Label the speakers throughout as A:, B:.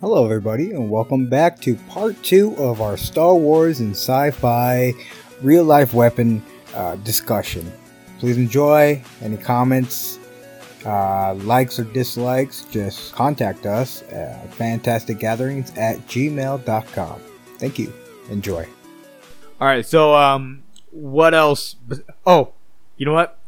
A: Hello, everybody, and welcome back to part two of our Star Wars and sci fi real life weapon uh, discussion. Please enjoy any comments, uh, likes, or dislikes. Just contact us at fantasticgatherings at gmail.com. Thank you. Enjoy.
B: All right, so um, what else? Oh, you know what?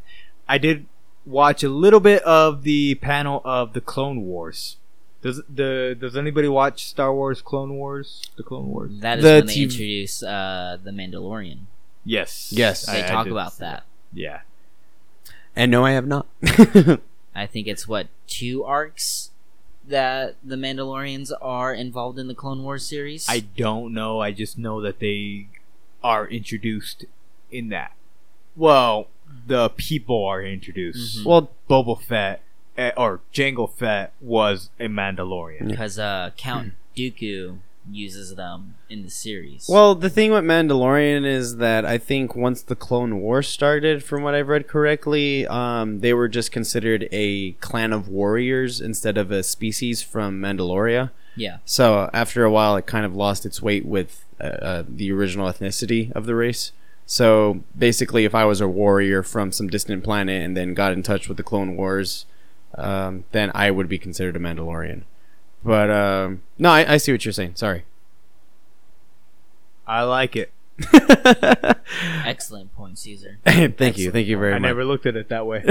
B: I did watch a little bit of the panel of the Clone Wars. Does the does anybody watch Star Wars Clone Wars? The Clone Wars.
C: That is
B: The
C: when they
B: TV
C: introduce uh, the Mandalorian.
B: Yes.
D: Yes.
C: They
B: I- I
C: talk
B: did
C: about
B: see
C: that.
B: Yeah.
D: And no, I have not.
C: I think it's what two arcs that the Mandalorians are involved in the Clone Wars series.
B: I don't know. I just know that they are introduced in that. Well, the people are introduced.
C: Mhm.
B: Well, Boba Fett eh, or Jango Fett was a Mandalorian.
C: because uh, Count Dooku uses them in the series.
D: Hmm. well, the thing with Mandalorian is that I think once the Clone War started, from what I've read correctly, um, they were just considered a clan of warriors instead of a species from Mandaloria.
C: yeah,
D: So after a while, it kind of lost its weight with uh, uh, the original ethnicity of the race. So basically, if I was a warrior from some distant planet and then got in touch with the Clone Wars, um, then I would be considered a Mandalorian. But um, no, I, I see what you're saying. Sorry.
B: I like it.
C: excellent point, Caesar.
D: thank you, thank you very
B: I
D: much.
B: never looked at it that way.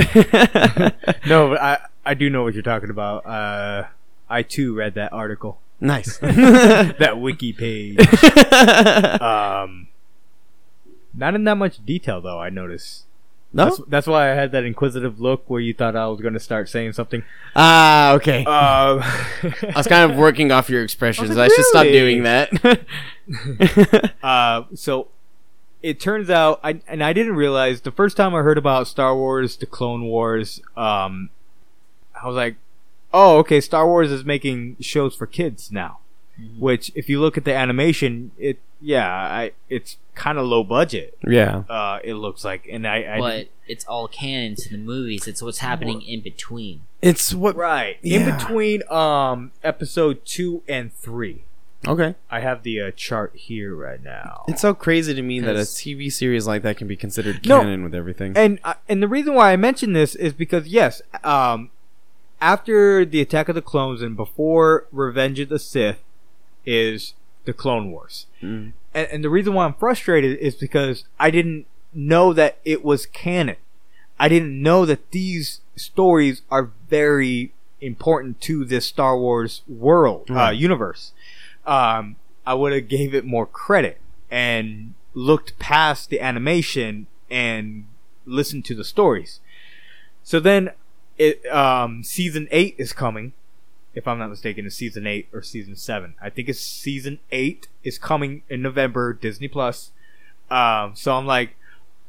B: no, but I I do know what you're talking about. Uh, I too read that article,
D: nice.
B: that wiki page. um, not in that much detail though. I noticed.
D: no.
B: That's, that's why I had that inquisitive look where you thought I was going to start saying something.
D: Ah, okay.
B: Um,
D: I was kind of working off your expressions.
B: I
D: I,
B: was like,
D: should stop
B: "Really?"
D: doing that.
B: uh, so it turns out, I, and I didn't realize the first time I heard about Star Wars, the Clone Wars, um, I was like, oh, okay, Star Wars is making shows for kids now. Which, if you look at the animation, it yeah, I it's kind of low budget.
D: yeah.
B: Uh, it looks like, and I, I
C: but it's all canon to the movies. It's what's happening in between.
D: It's what.
B: right in
D: Yeah.
B: between um episode two and three.
D: Okay.
B: I have the uh, chart here right now.
D: It's so crazy to me that a
C: 'Cause-
D: TV series like that can be considered
B: No.
D: canon with everything.
B: And uh, and the reason why I mention this is because yes, um, after the Attack of the Clones and before Revenge of the Sith is the Clone Wars.
D: Mm.
B: And, and the reason why I'm frustrated is because I didn't know that it was canon. I didn't know that these stories are very important to this Star Wars world uh,
D: Right.
B: universe. Um, I would have gave it more credit and looked past the animation and listened to the stories. So then, it um, season eight is coming. If I'm not mistaken, it's season eight or season seven. I think it's season eight is coming in November, Disney Plus. Um, so I'm like,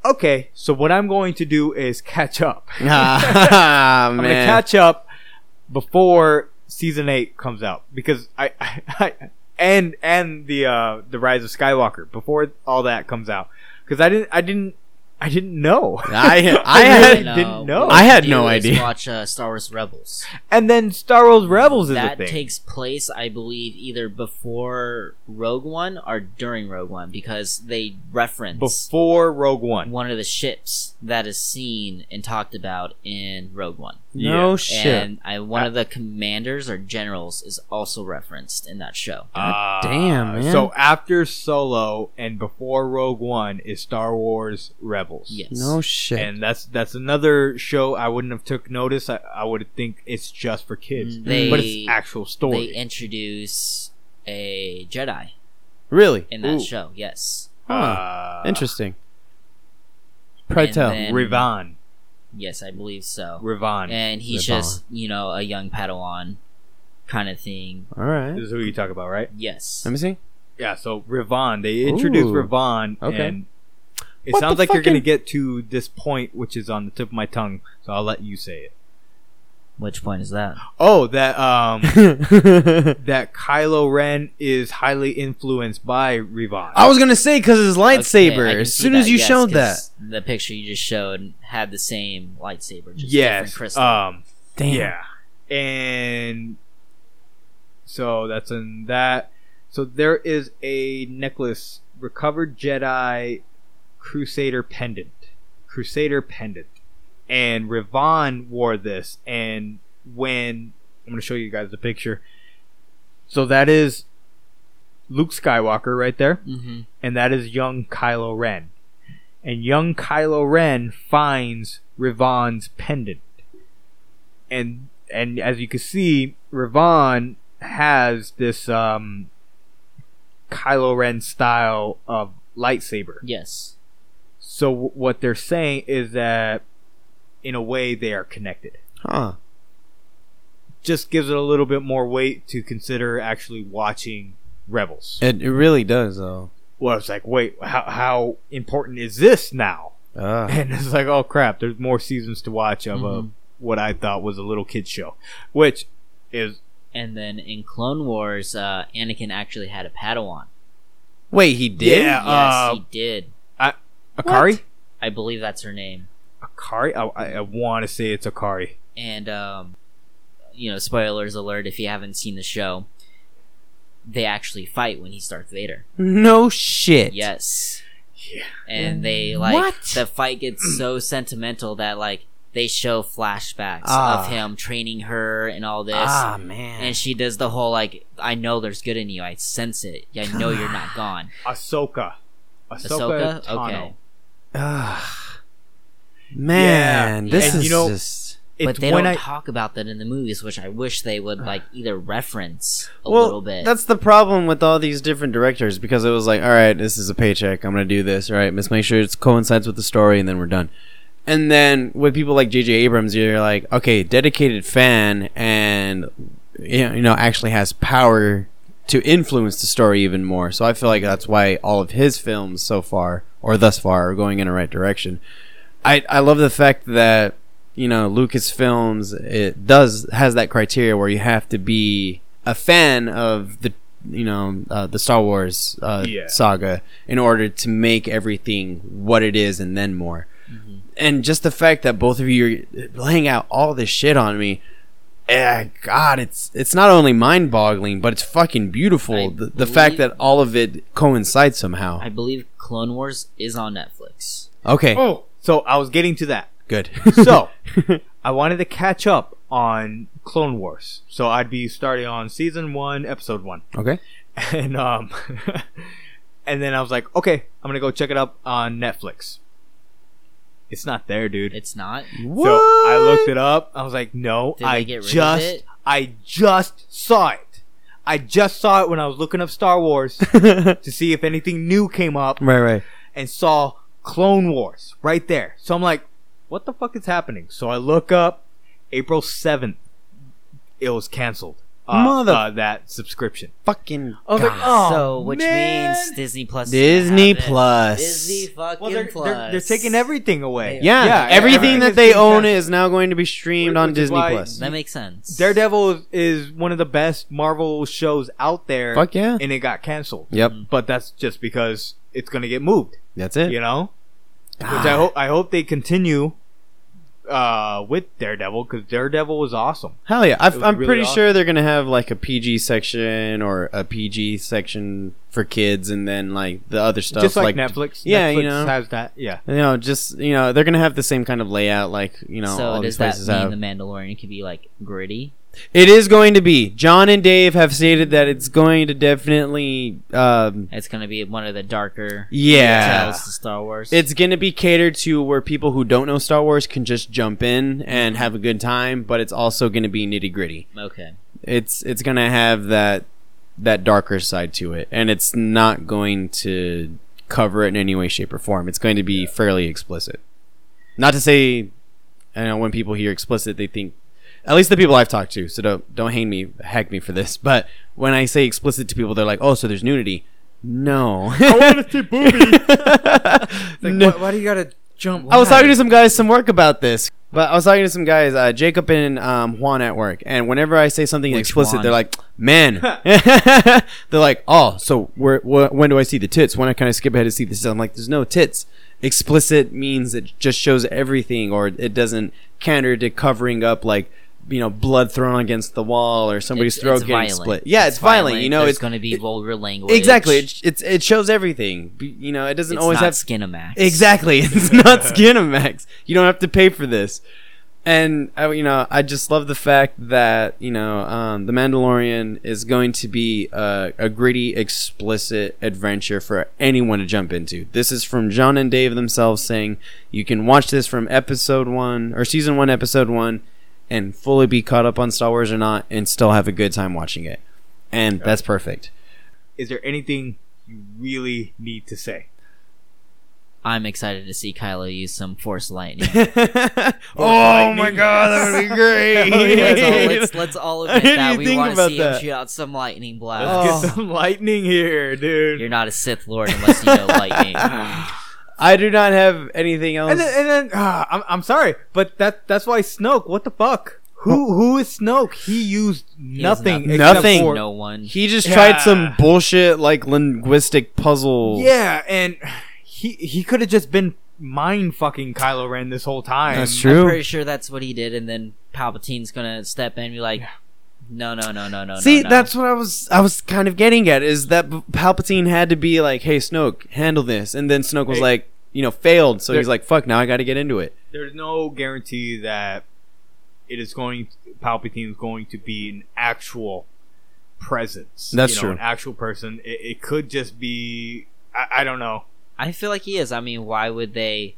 B: okay. So what I'm going to do is catch up.
D: Ah,
B: I'm gonna
D: man.
B: catch up before season eight comes out because I, I, I and and the uh, the rise of Skywalker before all that comes out because I didn't I didn't I didn't know.
D: I, I
B: I
D: had,
B: didn't know.
C: What
D: I
C: we
D: had
C: do
D: no
C: is
D: idea.
C: Watch uh, Star Wars Rebels.
B: And then Star Wars Rebels is
C: that
B: a thing.
C: takes place, I believe, either before Rogue One or during Rogue One because they reference
B: before Rogue One.
C: one of the ships that is seen and talked about in Rogue One.
D: no
B: Yeah.
D: shit.
C: And I, one
B: Uh,
C: of the commanders or generals is also referenced in that show.
B: Ah,
D: damn, man.
B: So after Solo and before Rogue One is Star Wars Rebels.
C: Yes.
D: No shit.
B: And that's that's another show I wouldn't have took notice. I, I would think it's just for kids,
C: They-
B: but it's actual
C: Mm, they
B: story.
C: introduce a Jedi
D: really?
C: in that
B: Ooh.
C: show. Yes.
D: Huh.
B: Uh,
D: Interesting. Pray
C: and
D: tell.
C: then-
B: Rivan,
C: Yes, I believe so.
B: Rivan
C: And he's
D: Ribbon.
C: just you know a young Padawan kind of thing.
D: All right.
B: is who you talk about, right?
C: Yes.
D: Let me see.
B: Yeah. So Rivan, they introduced
D: Ooh.
B: Rivan,
D: Okay.
B: and it
D: What
B: sounds
D: the
B: like you're gonna
D: fucking-
B: get to this point, which is on the tip of my tongue. So I'll let you say it.
C: Which point is that?
B: Oh, that um. that Kylo Ren is highly influenced by Rivan.
D: I was gonna say because his
C: Okay,
D: lightsaber.
C: I can
D: as
C: see
D: soon as you
C: yes,
D: showed
C: 'cause
D: that,
C: the picture you just showed had the same
D: uh,
B: um,
C: lightsaber. Just different
B: yes,
C: crystal.
B: um,
D: damn.
B: yeah, and So that's in that. So there is a necklace, recovered Jedi Crusader pendant. Crusader pendant. And Rivan wore this. And when. I'm going to show you guys the picture. So that is Luke Skywalker right there
C: Mm-hmm.
B: and that is young Kylo Ren. And young Kylo Ren finds Rivan's pendant. And and as you can see, Rivan has this um Kylo Ren style of lightsaber.
C: Yes.
B: So w- what they're saying is that in a way they are connected.
D: Huh.
B: Just gives it a little bit more weight to consider actually watching Rebels.
D: It, it really does, though.
B: Well, it's like, wait, how how important is this now?
D: Ah.
B: and it's like, oh crap, there's more seasons to watch of a
C: Mhm.
B: what I thought was a little kid show, which is
C: And then in Clone Wars, uh, Anakin actually had a Padawan.
D: Wait, he did?
B: Yeah,
C: yes,
B: uh,
C: he did.
B: Akari.
C: I believe that's her name.
B: Akari, I, I, I want to say it's Akari.
C: And um, you know, spoilers alert if you haven't seen the show. They actually fight when he's Darth Vader.
D: No shit.
C: Yes.
B: Yeah.
C: And they like
D: What?
C: the fight gets so sentimental that like they show flashbacks
D: Ah.
C: of him training her and all this.
D: Ah, man.
C: And she does the whole like, I know there's good in you. I sense it. I know you're not gone.
B: Ahsoka. Ahsoka,
C: Ahsoka?
B: Tano.
C: Okay.
D: Ah. Man,
B: Yeah.
D: this
B: And
D: is
B: you know-
D: just.
B: It's
C: but they
B: when
C: don't
B: I
C: talk about that in the movies, which I wish they would like either reference a
D: well,
C: little bit.
D: that's the problem with all these different directors because it was like, all right, this is a paycheck. I'm gonna do this. All right, let's make sure it coincides with the story, and then we're done. And then with people like J.J. Abrams, you're like, okay, dedicated fan, and you know, you know, actually has power to influence the story even more. So I feel like that's why all of his films so far, or thus far, are going in the right direction. I I love the fact that you know Lucasfilms it does has that criteria where you have to be a fan of the you know uh, the Star Wars uh,
B: Yeah.
D: saga in order to make everything what it is and then more.
B: Mm-hmm.
C: Mhm.
D: And just the fact that both of you are laying out all this shit on me, eh, God, it's it's not only mind boggling, but it's fucking beautiful.
C: I
D: the, the fact
C: believe-
D: that all of it coincides somehow.
C: I believe Clone Wars is on Netflix.
D: okay,
B: oh, so I was getting to that.
D: good.
B: So I wanted to catch up on Clone Wars. So I'd be starting on season one, episode one.
D: okay,
B: and um and then I was like, okay, I'm gonna go check it up on Netflix. It's not there, dude.
C: It's not.
D: what?
B: So I looked it up. I was like, no,
C: Did they
B: I
C: get rid of
B: just
C: it?
B: I just saw it. I just saw it when I was looking up Star Wars
D: right,
B: to see if anything new came up
D: right.
B: and saw Clone Wars right there. So I'm like, what the fuck is happening? So I look up April 7th. It was canceled. Uh,
D: Mother-
B: uh, that subscription.
D: Fucking
B: I was like, oh,
D: God.
C: so, which
B: man.
C: means Disney Plus. is gonna
D: Disney
C: have it.
D: Plus.
C: Disney fucking
B: Well, they're,
C: Plus.
B: they're, they're taking everything away.
D: yeah,
B: Yeah,
D: everything
B: everything
D: that
B: is
D: they
B: being
D: own
B: tested.
D: is now going to be streamed
B: Which
D: on
B: is
D: Disney
B: why-
D: Plus.
C: That makes sense.
B: Daredevil is, is one of the best Marvel shows out there,
D: Fuck yeah.
B: and it got canceled.
D: Yep,
B: But that's just because it's gonna get moved,
D: that's it.
B: you know. Which I hope I hope they continue uh, with Daredevil because Daredevil was awesome.
D: Hell yeah! i
B: was
D: I'm
B: really
D: pretty
B: awesome.
D: sure they're gonna have like a PG section or a PG section for kids, and then like the other stuff,
B: just like, Netflix.
D: yeah,
B: Netflix
D: you know.
B: has that. Yeah,
D: You know, just you know, they're gonna have the same kind of layout, like you know,
C: so
D: all
C: does
D: these
C: that
D: places
C: mean
D: have.
C: the Mandalorian could be like gritty?
D: it is going to be. John and Dave have stated that it's going to definitely, um,
C: It's gonna be one of the darker
D: yeah,
C: tales to Star Wars.
D: It's gonna be catered to where people who don't know Star Wars can just jump in and have a good time, but it's also gonna be nitty gritty.
C: okay.
D: It's it's gonna have that that darker side to it, and it's not going to cover it in any way, shape, or form. It's going to be fairly explicit. Not to say, I know when people hear explicit, they think. At least the people I've talked to, so don't don't hang me, hack me for this. But when I say explicit to people, they're like, "Oh, so there's nudity." No, I want to see
B: why do you gotta jump?
D: I was talking to some guys some work about this. But I was talking to some guys, uh, Jacob and um, Juan at work, and whenever I say something explicit,
C: Juan?
D: they're like, "Man," they're like, "Oh, so where, wh- when do I see the tits? When I kind of skip ahead to see the tits?" I'm like, "There's no tits." Explicit means it just shows everything, or it doesn't counter to covering up like you know, blood thrown against the wall or somebody's
C: It's-
D: throat
C: it's
D: getting
C: violent.
D: split. Yeah, it's, violent. You know,
C: There's
D: it's
C: going to be
D: it-
C: vulgar language.
D: exactly. It, it's it shows everything. B- You know, it doesn't
C: it's
D: always
C: not
D: have
C: Skinamax.
D: Exactly. It's not Skinamax. You don't have to pay for this. And I, you know, I just love the fact that you know, um, the Mandalorian is going to be a, a gritty, explicit adventure for anyone to jump into. This is from John and Dave themselves saying you can watch this from episode one or season one, episode one, and fully be caught up on Star Wars or not, and still have a good time watching it. And that's perfect.
B: Is there anything you really need to say?
C: I'm excited to see Kylo use some Force lightning.
D: oh my god, that would be great.
C: let's, all, let's, let's all
D: I
C: admit
D: didn't
C: that
D: even
C: we
D: think
C: want to
D: about
C: see him
D: that.
C: shoot out some lightning blasts.
B: Let's get some lightning here, dude.
C: You're not a Sith Lord unless you know lightning.
D: I do not have anything else.
B: and then, and then ah, I'm, I'm sorry, but that that's why Snoke. What the fuck? Who who is Snoke? He used nothing.
D: nothing.
B: except
D: Nothing.
B: for-
C: no one.
D: he just
B: Yeah.
D: tried some bullshit like linguistic puzzle.
B: Yeah, and he he could have just been mind fucking Kylo Ren this whole time.
D: That's
C: I'm
D: True.
C: pretty sure that's what he did, and then Palpatine's gonna step in and be like, "No, no, no, no, no."
D: See,
C: no, no.
D: that's what I was I was kind of getting at is that B- Palpatine had to be like, "Hey Snoke, handle this." And then Snoke was
B: Hey.
D: like, you know, failed, so
B: There-
D: he's like, "Fuck, now I got to get into it."
B: There's no guarantee that it is going. Palpatine is going to be an actual presence. you
D: That's
B: know,
D: true.
B: An actual person. It, it could just be. I, I don't know.
C: I feel like he is. I mean, why would they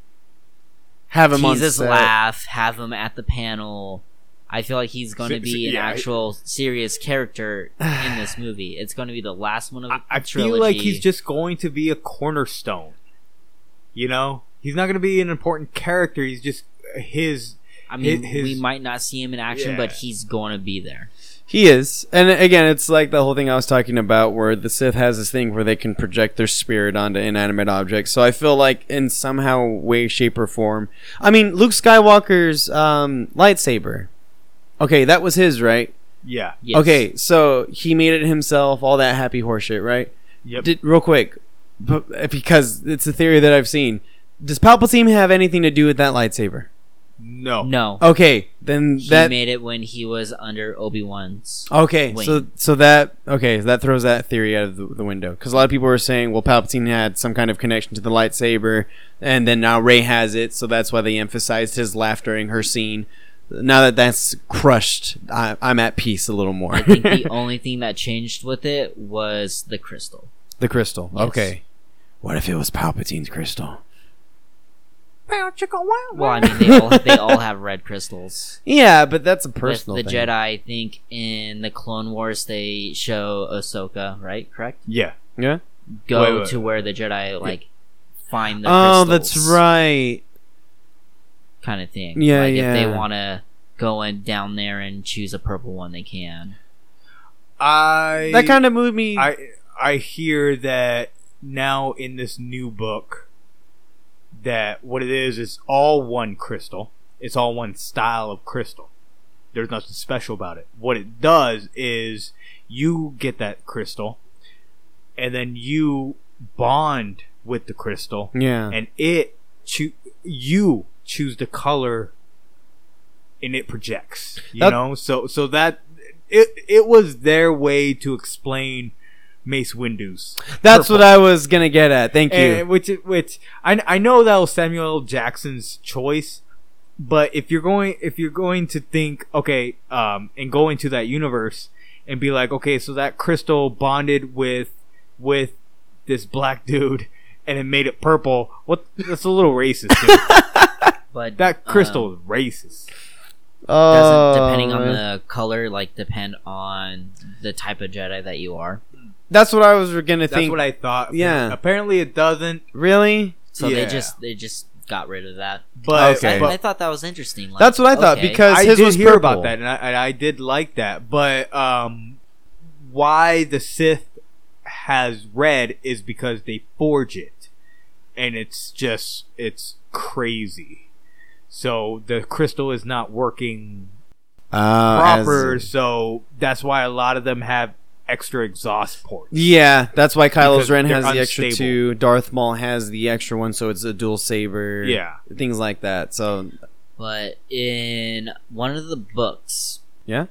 D: Have him
C: tease his
D: on set.
C: laugh, have him at the panel? I feel like he's going to
B: S-
C: be an
B: yeah, I-
C: actual serious character in this movie. It's going to be the last one of
B: I,
C: the
B: I
C: trilogy.
B: feel like he's just going to be a cornerstone. You know, he's not going to be an important character. He's just his.
C: I mean,
B: his-
C: we might not see him in action,
B: Yeah.
C: but he's going to be there.
D: He is. And again, it's like the whole thing I was talking about where the Sith has this thing where they can project their spirit onto inanimate objects. So I feel like in somehow way, shape, or form. I mean, Luke Skywalker's um, lightsaber. Okay, that was his, right?
B: Yeah.
C: Yes.
D: Okay, so he made it himself, all that happy horseshit, right?
B: Yep.
D: Did, real quick, but, because it's a theory that I've seen. Does Palpatine have anything to do with that lightsaber?
B: no.
C: No,
D: Okay, then
C: he
D: that
C: made it when he was under Obi Wan's.
D: Okay, so
C: wing.
D: so that okay, that throws that theory out of the, the window because a lot of people were saying, well, Palpatine had some kind of connection to the lightsaber, and then now Ray has it, so that's why they emphasized his laugh during her scene. Now that that's crushed, I, I'm at peace a little more.
C: I think the only thing that changed with it was the crystal.
D: the crystal.
C: Yes.
D: Okay, what if it was Palpatine's crystal?
C: Well, I mean, they all they all have red crystals.
D: Yeah, but that's a
C: With
D: personal.
C: the
D: thing.
C: Jedi, I think in the Clone Wars they show Ahsoka, right? Correct.
B: Yeah.
D: Yeah.
C: Go
B: Wait, wait.
C: to where the Jedi like find the
D: oh,
C: crystals.
D: that's right.
C: Kind of thing.
D: Yeah,
C: like, If they
D: yeah.
C: want to go in down there and choose a purple one, they can.
B: I
D: That kind of moved me.
B: I I hear that now in this new book that what it is is all one crystal. It's all one style of crystal. There's nothing special about it. What it does is you get that crystal and then you bond with the crystal
D: yeah.
B: and it choo- you choose the color and it projects you
D: That-
B: know so so that it it was their way to explain mace windu's
D: that's
B: purple.
D: what I was gonna get at. Thank you.
B: and, which which I, I know that was samuel L. jackson's choice but if you're going if you're going to think okay um and go into that universe and be like okay so that crystal bonded with with this black dude and it made it purple what that's a little racist dude.
C: But
B: That
C: um,
B: crystal is racist.
D: Oh,
C: doesn't depending on
D: man.
C: the color like depend on the type of Jedi that you are.
D: That's what I was gonna
B: That's
D: think.
B: what I thought.
D: yeah.
B: Apparently it doesn't,
D: Really?
C: So
B: Yeah.
C: they just they just got rid of that.
B: but,
D: Okay.
B: but
C: I thought that was interesting. Like,
D: That's what I thought
C: okay.
D: because
B: I
D: his
B: did
D: was
B: hear
D: purple.
B: about that and I, and I did like that. But um, why the Sith has red is because they forge it. And it's just, it's crazy. So the crystal is not working
D: Uh,
B: proper, so that's why a lot of them have extra exhaust ports.
D: yeah, that's why Kylo
B: Because
D: Ren
B: they're
D: has the extra
B: unstable.
D: two. Darth Maul has the extra one, so it's a dual saber.
B: Yeah.
D: things like that. So
C: But in one of the books,
D: Yeah?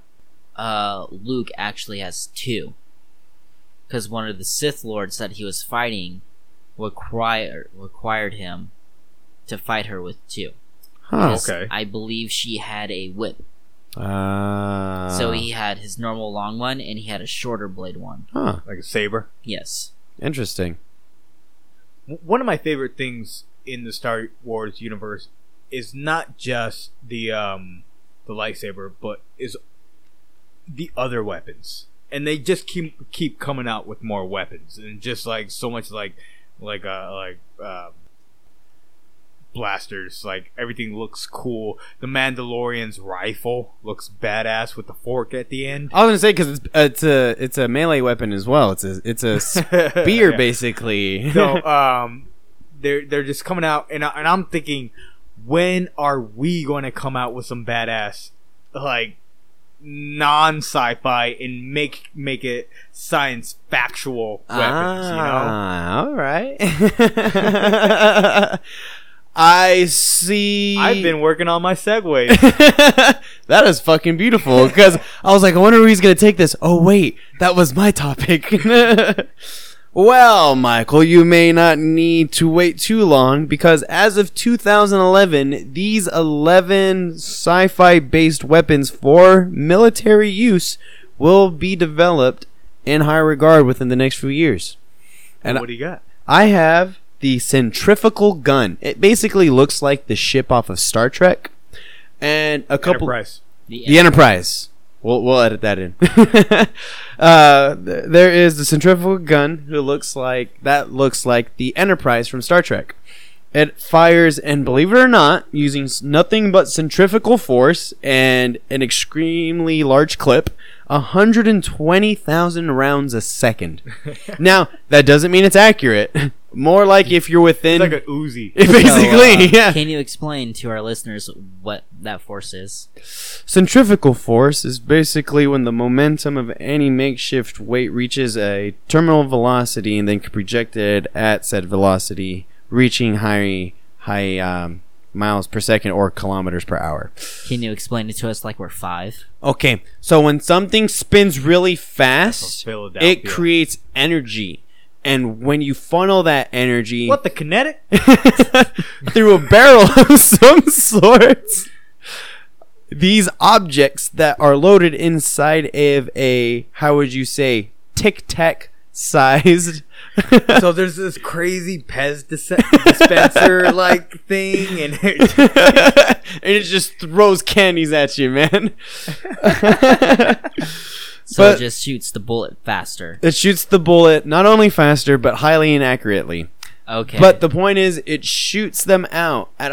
C: uh, Luke actually has two, because one of the Sith lords that he was fighting require required him to fight her with two.
D: Huh.
C: Because
B: okay.
C: I believe she had a whip,
D: Uh,
C: so he had his normal long one and he had a shorter blade one.
D: Huh.
B: Like a saber.
C: Yes.
D: Interesting.
B: W- One of my favorite things in the Star Wars universe is not just the um the lightsaber, but is the other weapons. And they just keep keep coming out with more weapons and just like so much like like uh like um blasters like everything looks cool the mandalorian's rifle looks badass with the fork at the end
D: I was gonna say because it's, it's a it's a melee weapon as well. It's a it's a spear basically.
B: so um they're they're just coming out and, I, and i'm thinking when are we going to come out with some badass like non sci-fi and make make it science factual weapons
D: ah, all right. I see.
B: you know i've been working on my segues
D: that is fucking beautiful because I was like, I wonder where he's gonna take this. Oh wait, that was my topic. well, Michael, you may not need to wait too long because as of 2011, these 11 sci-fi based weapons for military use will be developed in high regard within the next few years. And-
B: what do you got
D: I have the centrifugal gun. It basically looks like the ship off of Star Trek. And a couple
B: Enterprise.
D: the Enterprise. We'll, we'll edit that in. uh, th- there is the centrifugal gun who looks like that looks like the Enterprise from Star Trek. It fires, and believe it or not, using s- nothing but centrifugal force and an extremely large clip, 120,000 rounds a second. now, that doesn't mean it's accurate. More like if you're within.
B: it's like an Uzi.
D: basically,
C: So, uh,
D: yeah.
C: Can you explain to our listeners what that force is?
D: Centrifugal force is basically when the momentum of any makeshift weight reaches a terminal velocity and then can be projected at said velocity, reaching high high um, miles per second or kilometers per hour.
C: Can you explain it to us like we're five?
D: Okay, so when something spins really fast,
B: From Philadelphia.
D: it creates energy, and when you funnel that energy
B: what the kinetic
D: through a barrel of some sort. These objects that are loaded inside of a, how would you say, tic tac sized.
B: so there's this crazy Pez dis- dispenser like thing and it,
D: and it just throws candies at you, man.
C: So
D: But-
C: it just shoots the bullet faster.
D: it shoots the bullet not only faster, but highly inaccurately.
C: Okay.
D: But the point is, it shoots them out at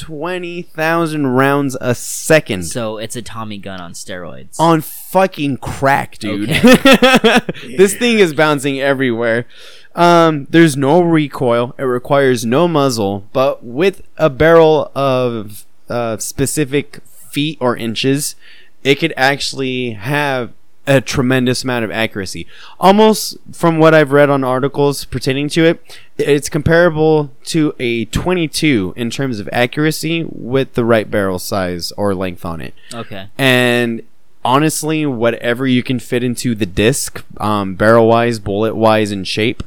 D: 120,000 rounds a second.
C: so it's a Tommy gun on steroids.
D: on fucking crack, dude. this thing is bouncing everywhere. Um, there's no recoil. It requires no muzzle, but with a barrel of uh, specific feet or inches, it could actually have a tremendous amount of accuracy. Almost from what I've read on articles pertaining to it, it's comparable to a 22 in terms of accuracy with the right barrel size or length on it
C: okay.
D: and honestly whatever you can fit into the disc um, barrel wise bullet wise and shape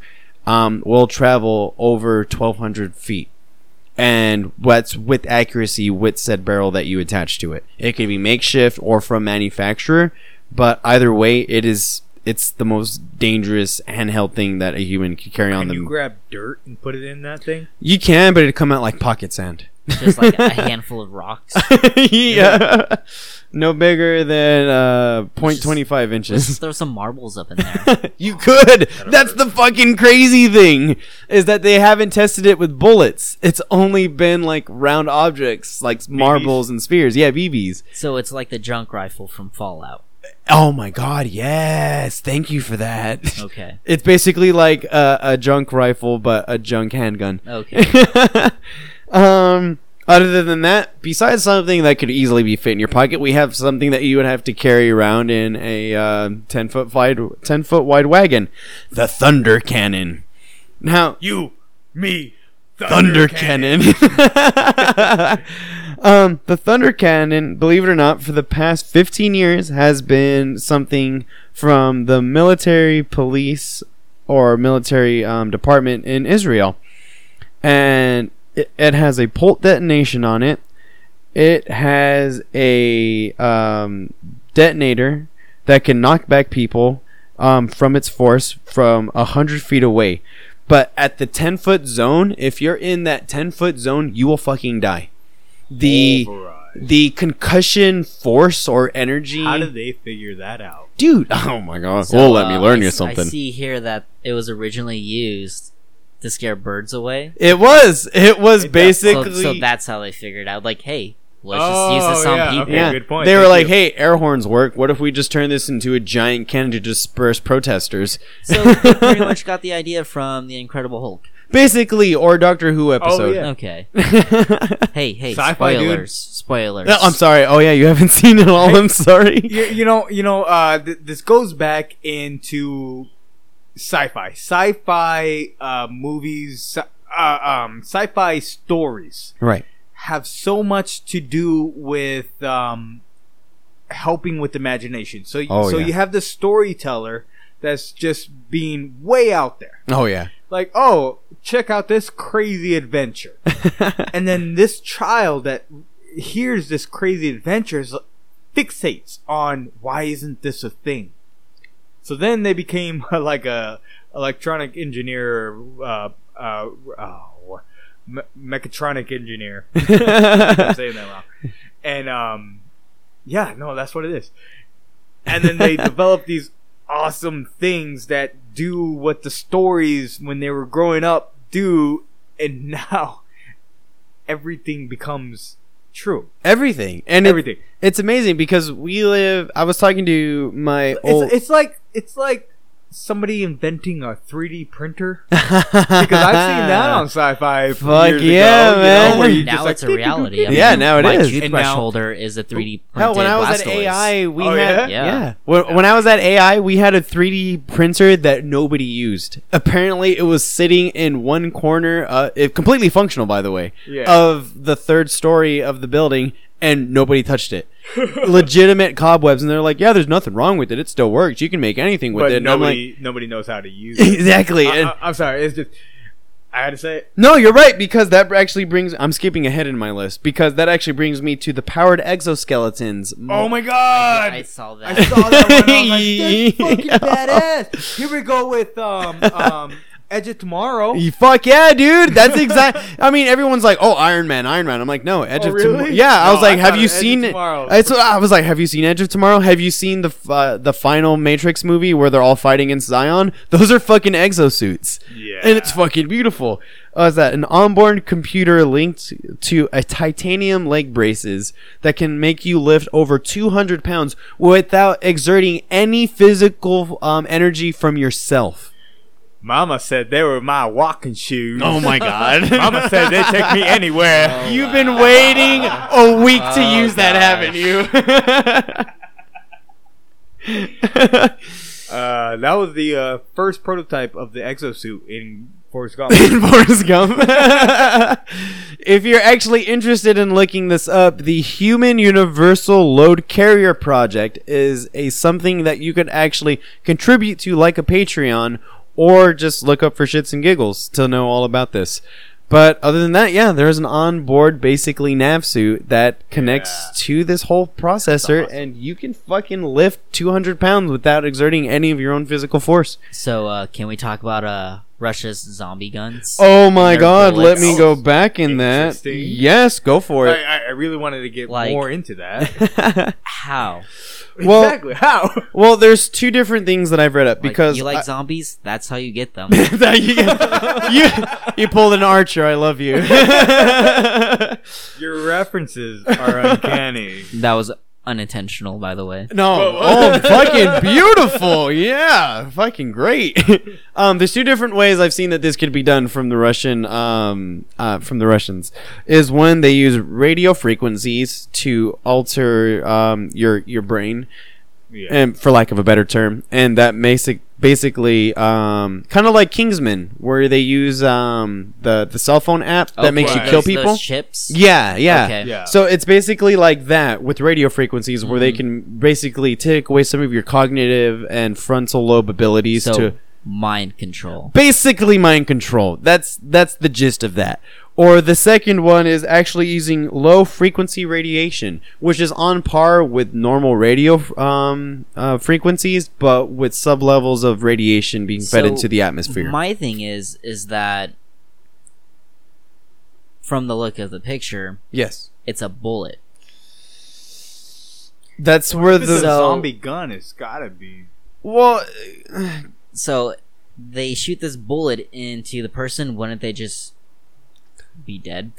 D: um, will travel over 1200 feet and what's with accuracy with said barrel that you attach to it it can be makeshift or from manufacturer but either way it is it's the most dangerous handheld thing that a human can carry on
B: can
D: them
B: you grab dirt and put it in that thing
D: you can but it'd come out like pocket sand
C: Just like a handful of rocks.
D: yeah no bigger than uh, 0.25 inches
C: Just throw some marbles up in there.
D: You could. That's the fucking crazy thing is that they haven't tested it with bullets. It's only been like round objects, like marbles and spears. Yeah, BBs.
C: So it's like the junk rifle from Fallout.
D: Oh my god, yes. Thank you for that.
C: Okay.
D: It's basically like a, a junk rifle, but a junk handgun.
C: Okay.
D: um, other than that, besides something that could easily be fit in your pocket, we have something that you would have to carry around in a uh, ten foot wide ten foot wide wagon, the Thunder Cannon. Now,
B: you me
D: Thunder Cannon. Um, the Thunder Cannon, believe it or not, for the past 15 years has been something from the military police or military um, department in Israel. And it, it has a bolt detonation on it. It has a um, detonator that can knock back people um, from its force from 100 feet away. But at the 10 foot zone, if you're in that 10 foot zone, you will fucking die. The
B: Override.
D: the concussion force or energy.
B: How did they figure that out?
D: Dude, oh my god.
C: So,
D: well, let me
C: uh, I
D: learn you
C: s- I
D: something.
C: see here that it was originally used to scare birds away.
D: It was. It was
B: It does.
C: So,
D: basically.
C: so that's how they figured out. Like, hey, let's just use this on
B: Oh, yeah,
C: people.
B: okay.
D: yeah,
B: good point.
D: They were
B: Thank
D: like,
B: you.
D: "Hey, air horns work. What if we just turn this into a giant cannon to disperse protesters?"
C: So they pretty much got the idea from the Incredible Hulk.
D: Basically, or Doctor Who episode.
B: Oh, Yeah.
C: Okay.
D: yeah.
C: Hey, hey,
B: Sci-fi, dude.
C: spoilers, spoilers.
D: I'm sorry. Oh yeah, you haven't seen it all. I'm sorry.
B: you, you know, you know, uh, th- this goes back into sci-fi, sci-fi uh, movies, sci- uh, um, sci-fi stories
D: Right.
B: have so much to do with um, helping with imagination. So,
D: Oh,
B: so
D: yeah.
B: you have the storyteller that's just being way out there.
D: Oh yeah.
B: Like, oh, check out this crazy adventure, and then this child that hears this crazy adventure is fixates on why isn't this a thing. So then they became like a electronic engineer, uh, uh, oh, me- mechatronic engineer. I'm saying that wrong. And um, yeah, no, that's what it is. And then they develop these awesome things that do what the stories when they were growing up do, and now everything becomes true.
D: Everything and it,
B: everything.
D: it's amazing because we live. I was talking to my old.
B: It's, it's like it's like somebody inventing a 3D printer. Because I've seen that on sci-fi.
D: Fuck
B: years
D: yeah,
B: ago, You
D: man.
B: know, where you
C: now
B: just like,
C: it's a reality. I
D: Yeah, now it
C: my
D: is.
C: toothbrush
B: And now-
C: holder is a 3D printed
D: Hell, when I was at
C: Blastoise.
D: AI, we
B: Oh,
D: had
C: yeah?
D: yeah.
C: Yeah.
D: When, when I was at AI, we had a 3D printer that nobody used. Apparently, it was sitting in one corner, uh, it, completely functional, by the way,
B: Yeah.
D: of the third story of the building, and nobody touched it. Legitimate cobwebs, and they're like, "Yeah, there's nothing wrong with it. It still works. You can make anything with
B: But
D: it." And I'm like,
B: nobody, nobody Uh-uh. knows how to use it.
D: "Exactly."
B: I,
D: And-
B: I, I'm sorry. It's just I had to say it.
D: No, you're right because that actually brings. I'm skipping ahead in my list because that actually brings me to the powered exoskeletons.
B: Oh my god!
C: I saw that.
B: I saw that one. I was like, "That's fucking badass. Here we go with um um Edge of Tomorrow.
D: You fuck yeah, dude. That's exact. I mean, everyone's like, "Oh, Iron Man, Iron Man." I'm like, "No, Edge
B: Oh,
D: of
B: really?
D: Tomorrow." Yeah, I
B: No,
D: was like,
B: I
D: "Have
B: thought
D: you
B: Edge of
D: seen it?"
B: Tomorrow.
D: I, so I was like, "Have you seen Edge of Tomorrow? Have you seen the f- uh, the final Matrix movie where they're all fighting in Zion? Those are fucking exosuits."
B: Yeah.
D: and it's fucking beautiful. Uh, is that an onboard computer linked to a titanium leg braces that can make you lift over 200 pounds without exerting any physical um, energy from yourself?
B: Mama said they were my walking shoes.
D: Oh my god!
B: Mama said they take me anywhere.
D: You've been waiting a week to use that, haven't you?
B: Uh, that was the uh, first prototype of the exosuit in Forrest Gump.
D: In Forrest Gump. if you're actually interested in looking this up, the Human Universal Load Carrier Project is a something that you could actually contribute to, like a Patreon, or just look up for shits and giggles to know all about this. But other than that, yeah, there is an onboard basically nav suit that connects
B: Yeah.
D: to this whole processor, and you can fucking lift 200 pounds without exerting any of your own physical force.
C: So, uh, can we talk about uh, Russia's zombie guns?
D: Oh my
C: Their
D: god, let
C: bullets.
D: me go back in that.
B: Interesting.
D: Yes, go for
B: I,
D: it.
B: I I really wanted to get
C: Like-
B: more into that.
C: How?
D: Well-
B: exactly. How?
D: Well, there's two different things that I've read up
C: Like,
D: because
C: you like
D: I-
C: zombies? That's how you get them.
D: that you, you you pulled an archer, I love you.
B: Your references are uncanny.
C: that was unintentional, by the way.
D: No.
B: Whoa,
D: Oh, fucking beautiful. Yeah, fucking great. um, there's two different ways I've seen that this could be done from the Russian, um, uh, from the Russians. Is one they use radio frequencies to alter um, your your brain.
B: Yeah.
D: and for lack of a better term, and that makes it basically um, kind of like Kingsman, where they use um, the the cell phone app that
C: Oh,
D: makes
C: right.
D: you kill
C: Those- those
D: people.
C: chips.
D: yeah, yeah.
C: Okay.
B: Yeah.
D: So it's basically like that with radio frequencies, where
C: Mm.
D: they can basically take away some of your cognitive and frontal lobe abilities
C: So
D: to
C: mind control.
D: basically mind control. That's that's the gist of that. Or the second one is actually using low frequency radiation, which is on par with normal radio um, uh, frequencies, but with sub levels of radiation being
C: So,
D: fed into the atmosphere.
C: My thing is is that from the look of the picture,
D: yes,
C: it's a bullet.
D: that's where
B: This is
D: the
B: a
C: So-
B: zombie gun. It's gotta be.
D: well.
C: So they shoot this bullet into the person. Wouldn't they just be dead?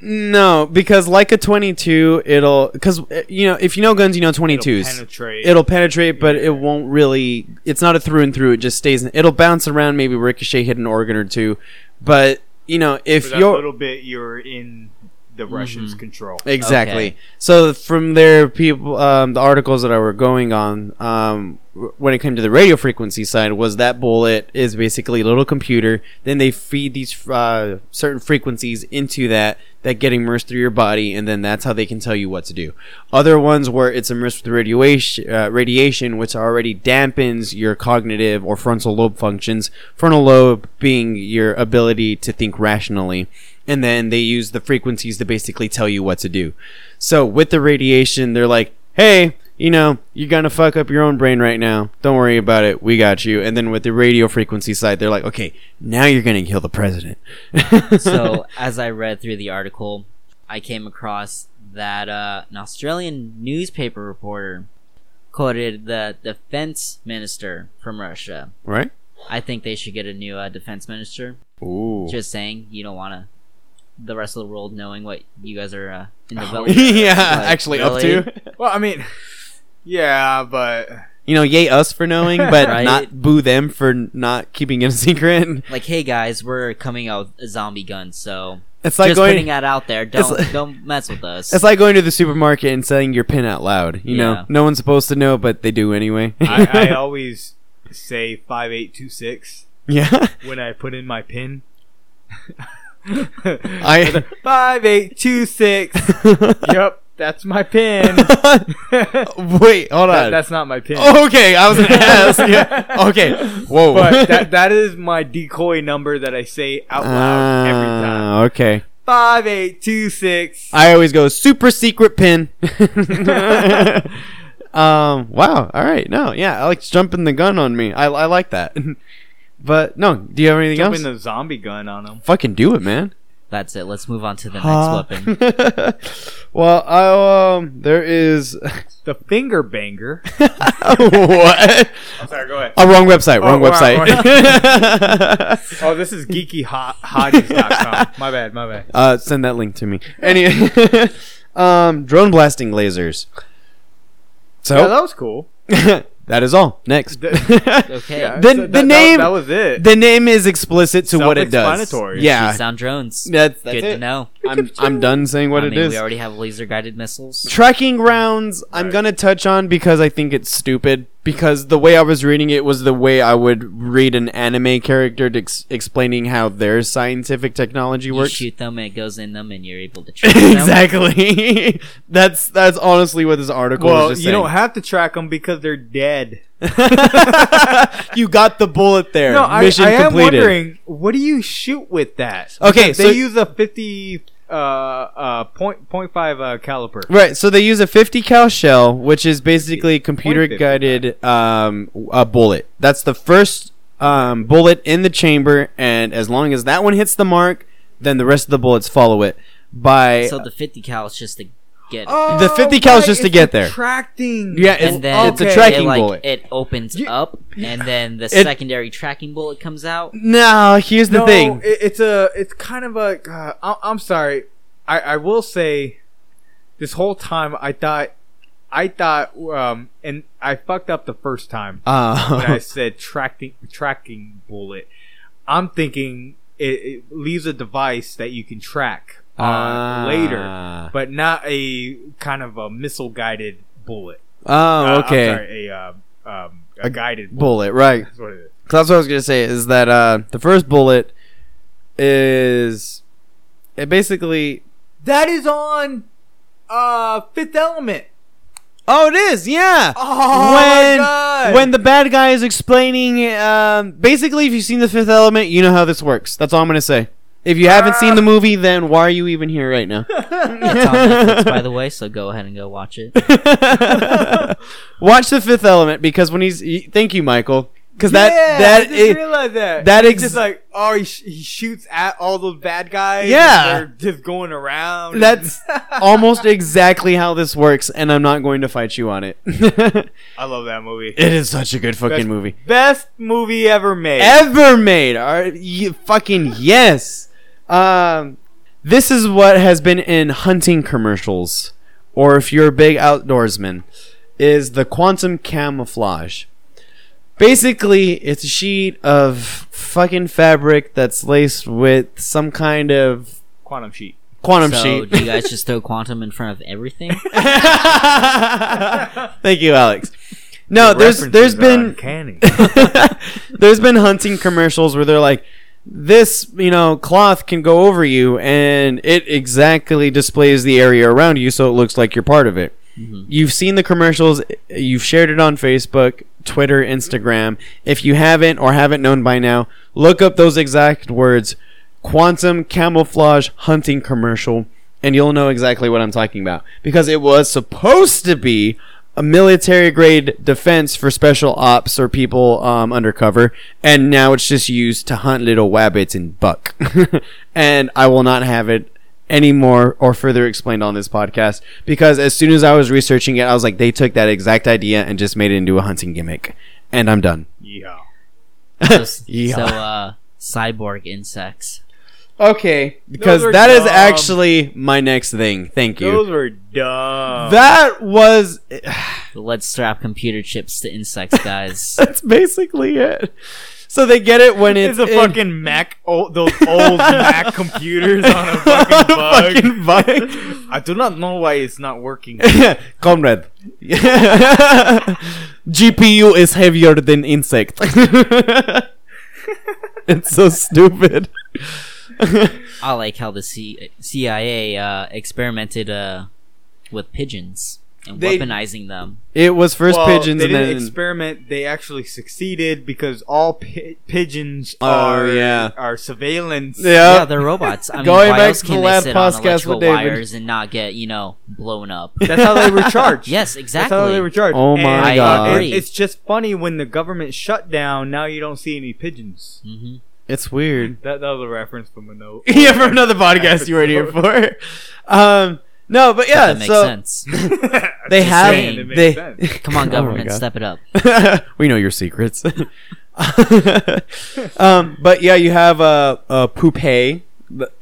D: No, because like a twenty-two, it'll because you know if you know guns, you know
B: It'll
D: twenty-twos.
B: penetrate.
D: It'll penetrate, but it won't really. It's not a through and through. It just stays. In, it'll bounce around, maybe ricochet, hit an organ or two. But you know,
B: For
D: if
B: that
D: you're
B: little bit, you're in the Russians' control.
D: exactly.
C: Okay.
D: So from there, people, um, the articles that I were going on, um, w- when it came to the radio frequency side, was that bullet is basically a little computer. Then they feed these uh, certain frequencies into that that get immersed through your body, and then that's how they can tell you what to do. Other ones where it's immersed with radiation, uh, radiation, which already dampens your cognitive or frontal lobe functions. Frontal lobe being your ability to think rationally and then they use the frequencies to basically tell you what to do. So with the radiation, they're like, "Hey, you know, you're gonna fuck up your own brain right now. Don't worry about it. We got you." And then with the radio frequency side, they're like, "Okay, now you're gonna kill the president."
C: so as I read through the article, I came across that uh, an Australian newspaper reporter quoted the defense minister from Russia.
D: right?
C: I think they should get a new uh, defense minister.
D: Ooh.
C: Just saying, you don't want to the rest of the world knowing what you guys are uh, in development.
D: yeah,
C: Like,
D: actually,
C: really?
D: up to
B: Well, I mean, yeah, but
D: you know, yay us for knowing, but
C: Right.
D: not boo them for not keeping it a secret.
C: Like, hey guys, we're coming out with a zombie gun, so
D: It's like
C: just
D: going.
C: putting that out there. Don't
D: like-
C: don't mess with us.
D: it's like going to the supermarket and saying your pin out loud. You
C: Yeah.
D: know, no one's supposed to know, but they do anyway.
B: I, I always say five eight two six
D: yeah,
B: when I put in my pin.
D: I.
B: five eight two six. yep, that's my pin.
D: Oh,
B: That-
D: Wait, hold on. Oh,
B: that's not my pin.
D: okay, I was gonna ask. Yeah. Okay. Whoa.
B: But that, that is my decoy number that I say out loud every time.
D: Ah, okay.
B: Five eight two six.
D: I always go super secret pin. um. Wow. All right. No. Yeah. Alex jumping the gun on me. I, I like that. but no. Do you have anything
B: Jumping
D: else?
B: the zombie gun on him.
D: Fucking do it, man.
C: That's it. Let's move on to the next
D: Huh.
C: weapon.
D: well, I um. There is.
B: The finger banger.
D: what?
B: I'm sorry. Go ahead.
D: A wrong website. Wrong
B: wow,
D: website.
B: Oh, this is geekyhotties.com. my bad. My bad.
D: Uh, send that link to me. Any um, drone blasting lasers.
B: Yeah,
D: So
B: that was cool.
D: that is all. Next,
B: The-
C: Okay.
B: Yeah,
D: The-
B: so
D: the
B: that- that-
D: name-
B: That, was it.
D: the name is explicit to what it does.
B: Self-explanatory.
D: Yeah,
C: She's on drones.
D: that's, that's
C: Good
D: it.
C: to know.
D: I'm I'm done saying what
C: I
D: it
C: mean,
D: is.
C: we already have laser guided missiles.
D: Tracking rounds, I'm
B: Right.
D: gonna touch on because I think it's stupid. Because the way I was reading it was the way I would read an anime character ex- explaining how their scientific technology
C: You
D: works.
C: shoot them, it goes in them, and you're able to track them.
D: exactly. that's that's honestly what this article
B: Well,
D: was just
B: you
D: saying.
B: don't have to track them because they're dead.
D: you got the bullet there.
B: No, I,
D: Mission
B: I am
D: completed.
B: wondering, what do you shoot with that?
D: Okay,
B: Because
D: so-
B: they use a fifty uh uh point point five uh caliper.
D: Right, so they use a 50 cal shell, which is basically a computer
B: 50.
D: guided um, a bullet. That's the first um, bullet in the chamber, and as long as that one hits the mark, then the rest of the bullets follow it. By
C: So the 50 cal is just to get.
D: The 50 cal is just
B: Oh,
D: to
B: it's
D: get there.
B: Attracting.
D: yeah, it's,
C: and then
D: it's a
B: okay.
D: tracking
C: it, like,
D: bullet.
C: It opens
B: You-
C: up, and then the
D: It-
C: secondary tracking bullet comes out.
D: no, here's the
B: no,
D: thing.
B: it- it's a it's kind of a. Uh, I, I'm sorry, I I will say, this whole time I thought, I thought um and I fucked up the first time. when I
D: Uh,
B: said tracking tracking bullet. I'm thinking it, it leaves a device that you can track uh,
D: Ah.
B: later, but not a kind of a missile guided bullet.
D: Oh, okay.
B: Uh, I'm sorry, a, uh, um, a
D: A
B: guided
D: Bullet, right?
B: That's what it is.
D: 'Cause that's what I was gonna say is that uh, the first bullet is it basically.
B: That is on uh, Fifth Element.
D: Oh, it is. Yeah.
B: Oh
D: when
B: my god!
D: when the bad guy is explaining, um, basically, if you've seen the Fifth Element, you know how this works. That's all I'm gonna say. If you haven't seen the movie, then why are you even here right now?
C: It's on Netflix, by the way, so go ahead and go watch it.
D: Watch the Fifth Element because when he's y- thank you, Michael, because
B: yeah,
D: that that
B: I just
D: it-
B: realized that
D: that
B: He's
D: ex-
B: just like oh he, sh- he shoots at all those bad guys. and
D: Yeah.
B: they're just going around.
D: that's almost exactly how this works, and I'm not going to fight you on it. it
B: I love that movie.
D: is such a good fucking
B: That's-
D: movie
B: Best movie ever made.
D: ever made. Are you fucking yes? Um, this is what has been in hunting commercials, or if you're a big outdoorsman, is the quantum camouflage. Basically, it's a sheet of fucking fabric that's laced with some kind of
B: Quantum Sheet.
D: quantum
C: so
D: sheet.
C: do you guys just throw quantum in front of everything?
D: Thank you, Alex. No,
B: The
D: there's there's
B: references are
D: been
B: uncanny.
D: there's been hunting commercials where they're like this you know cloth can go over you and it exactly displays the area around you so it looks like you're part of it you've seen the commercials you've shared it on facebook twitter instagram if you haven't or haven't known by now look up those exact words quantum camouflage hunting commercial and you'll know exactly what i'm talking about because it was supposed to be a military grade defense for special ops or people um, undercover, and now it's just used to hunt little wabbits and buck. and I will not have it anymore or further explained on this podcast because as soon as I was researching it, I was like, they took that exact idea and just made it into a hunting gimmick, and I'm done.
B: yeah.
C: So, so,
D: Yeah.
C: uh, cyborg insects.
D: Okay, because
B: Those are
D: that is
B: dumb.
D: actually my next thing. Thank you.
B: Those were dumb.
D: that was
C: Let's strap computer chips to insects, guys.
D: that's basically it. So they get it when it's,
B: it's a
D: in-
B: fucking Mac, old, those old Mac computers on a fucking bug.
D: fucking bug.
B: I do not know why it's not working.
D: Comrade. GPU is heavier than insect. it's so stupid.
C: I like how the C- CIA uh, experimented uh, with pigeons and
D: They-
C: weaponizing them.
D: It was first
B: Well,
D: pigeons
B: they
D: and
B: didn't
D: then
B: experiment. They actually succeeded because all pi- pigeons
D: Oh,
B: are
D: yeah.
B: are surveillance.
C: Yeah,
D: yeah.
C: they're robots. I mean,
D: Going
C: why
D: back
C: else
D: to
C: can
D: the
C: they
D: last
C: sit
D: podcast
C: on
D: with
C: electrical
D: David.
C: wires and not get you know blown up?
B: That's how they were charged.
C: yes,
B: That's
C: exactly.
B: how they were charged.
D: Oh my
B: And, uh,
D: God.
B: it-
C: I agree.
B: it's just funny when the government shut down. Now you don't see any pigeons.
C: Mhm.
D: It's weird.
B: That, that was a reference from a note.
D: yeah, for another podcast you were here for. Um, no, but yeah,
C: that makes
D: so
C: sense.
D: they
C: Just
D: have
C: saying,
B: it makes
D: they
B: sense.
C: Come on,
D: Oh my
C: government,
D: God.
C: step it up.
D: we know your secrets. um, but yeah, you have a, a pupae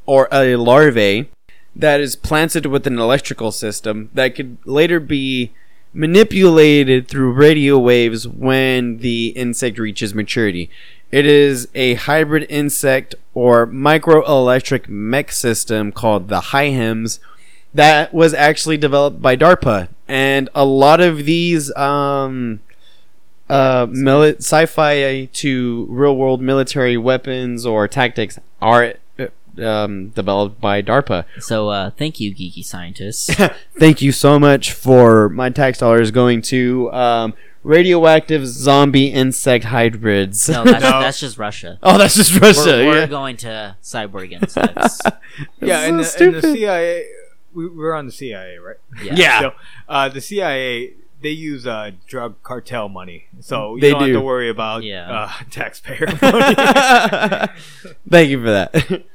D: or a larvae that is planted with an electrical system that could later be manipulated through radio waves when the insect reaches maturity. It is a hybrid insect or microelectric mech system called the HIHEMS that was actually developed by DARPA. And a lot of these um, uh, mili- sci-fi to real-world military weapons or tactics are uh, um, developed by DARPA.
C: So uh, thank you, geeky scientists.
D: Thank you so much for my tax dollars going to um, radioactive zombie insect hybrids.
C: No, that's,
B: No.
C: that's just Russia.
D: oh, that's just Russia.
C: We're, we're
D: yeah.
C: going to cyborg insects.
B: yeah,
D: so
B: and, the, and the
D: stupid.
B: CIA, we, we're on the CIA, right?
C: Yeah.
D: Yeah.
B: So, uh, the CIA, they use uh, drug cartel money, so you
D: They
B: don't have
D: do.
B: to worry about
C: Yeah.
B: uh, taxpayer money.
D: Thank you for that.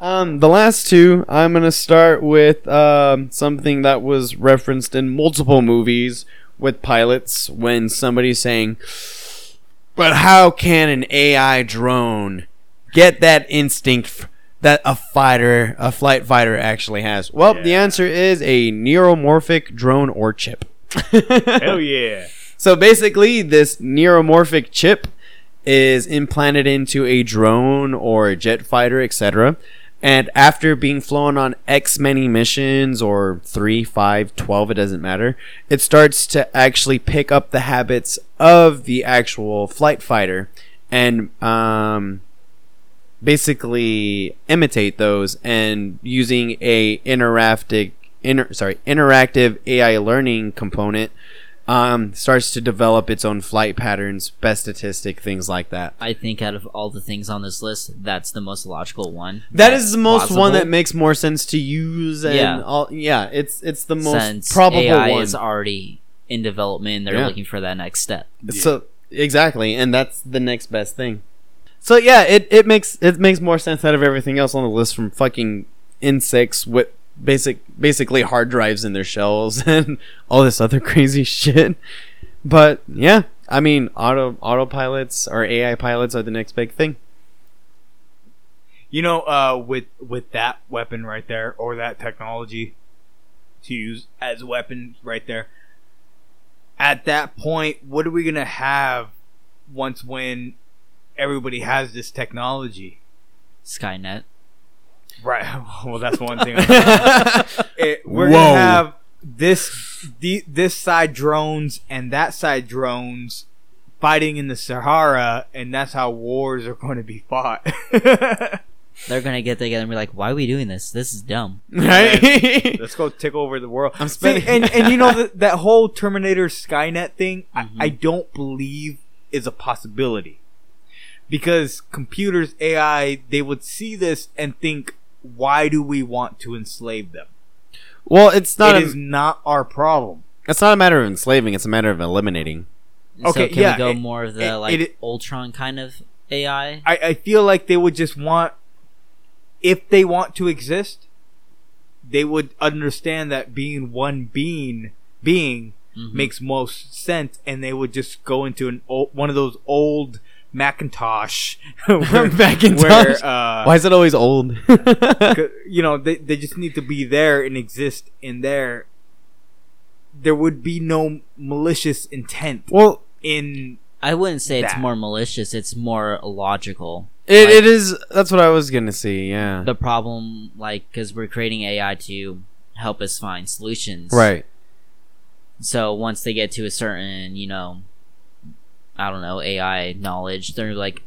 D: Um, the last two, I'm gonna start with um, something that was referenced in multiple movies with pilots when somebody's saying, "But how can an AI drone get that instinct f- that a fighter, a flight fighter, actually has?" Well, the
B: Yeah.
D: answer is a neuromorphic drone or chip.
B: Hell yeah!
D: So basically, this neuromorphic chip is implanted into a drone or a jet fighter, etc. And after being flown on X many missions, or 3, 5, 12, it doesn't matter, it starts to actually pick up the habits of the actual flight fighter and um, basically imitate those and using a interactive, inter, sorry, interactive AI learning component um, starts to develop its own flight patterns, best statistic, things like that.
C: I think out of all the things on this list, that's the most logical one.
D: That is the most one that
C: Plausible.
D: makes more sense to use and
C: Yeah.
D: all yeah, it's it's the most
C: since
D: probable
C: AI
D: one.
C: is already in development. They're
D: Yeah.
C: looking for that next step.
D: So exactly, and that's the next best thing. So yeah, it, it makes it makes more sense out of everything else on the list from fucking insects with basic basically hard drives in their shells and all this other crazy shit. But yeah, I mean auto autopilots or AI pilots are the next big thing.
B: You know, uh, with with that weapon right there, or that technology to use as weapons right there. At that point, what are we gonna have once when everybody has this technology?
C: Skynet.
B: Right. Well, that's one thing. It- we're gonna have this the, this side drones and that side drones fighting in the Sahara, and that's how wars are going to be fought.
C: They're gonna get together and be like, "Why are we doing this? This is dumb."
D: right?
B: Let's go take over the world.
D: I'm
B: See,
D: spending
B: and and you know that that whole Terminator Skynet thing,
D: Mm-hmm.
B: I, I don't believe is a possibility because computers, AI, they would see this and think, "Why do we want to enslave them?
D: Well, it's
B: It
D: not a,
B: is not our problem."
D: it's not a matter of enslaving, it's a matter of eliminating.
B: Okay,
C: so can
B: yeah,
C: we go
B: it-
C: more of the
B: it-
C: like
B: it-
C: Ultron kind of AI?
B: I, I feel like they would just want, if they want to exist, they would understand that being one being being
C: Mhm.
B: makes most sense, and they would just go into an old, one of those old Macintosh, where,
D: Macintosh?
B: where, uh,
D: Why is it always old?
B: c- you know they they just need to be there and exist in there. There would be no malicious intent
D: well,
B: in
C: I wouldn't say it's
B: That.
C: more malicious. It's more logical.
D: it, it is. That's what I was gonna say. Yeah.
C: The problem, like, because we're creating AI to help us find solutions,
D: right.
C: So once they get to a certain, you know, I don't know, AI knowledge, they're like,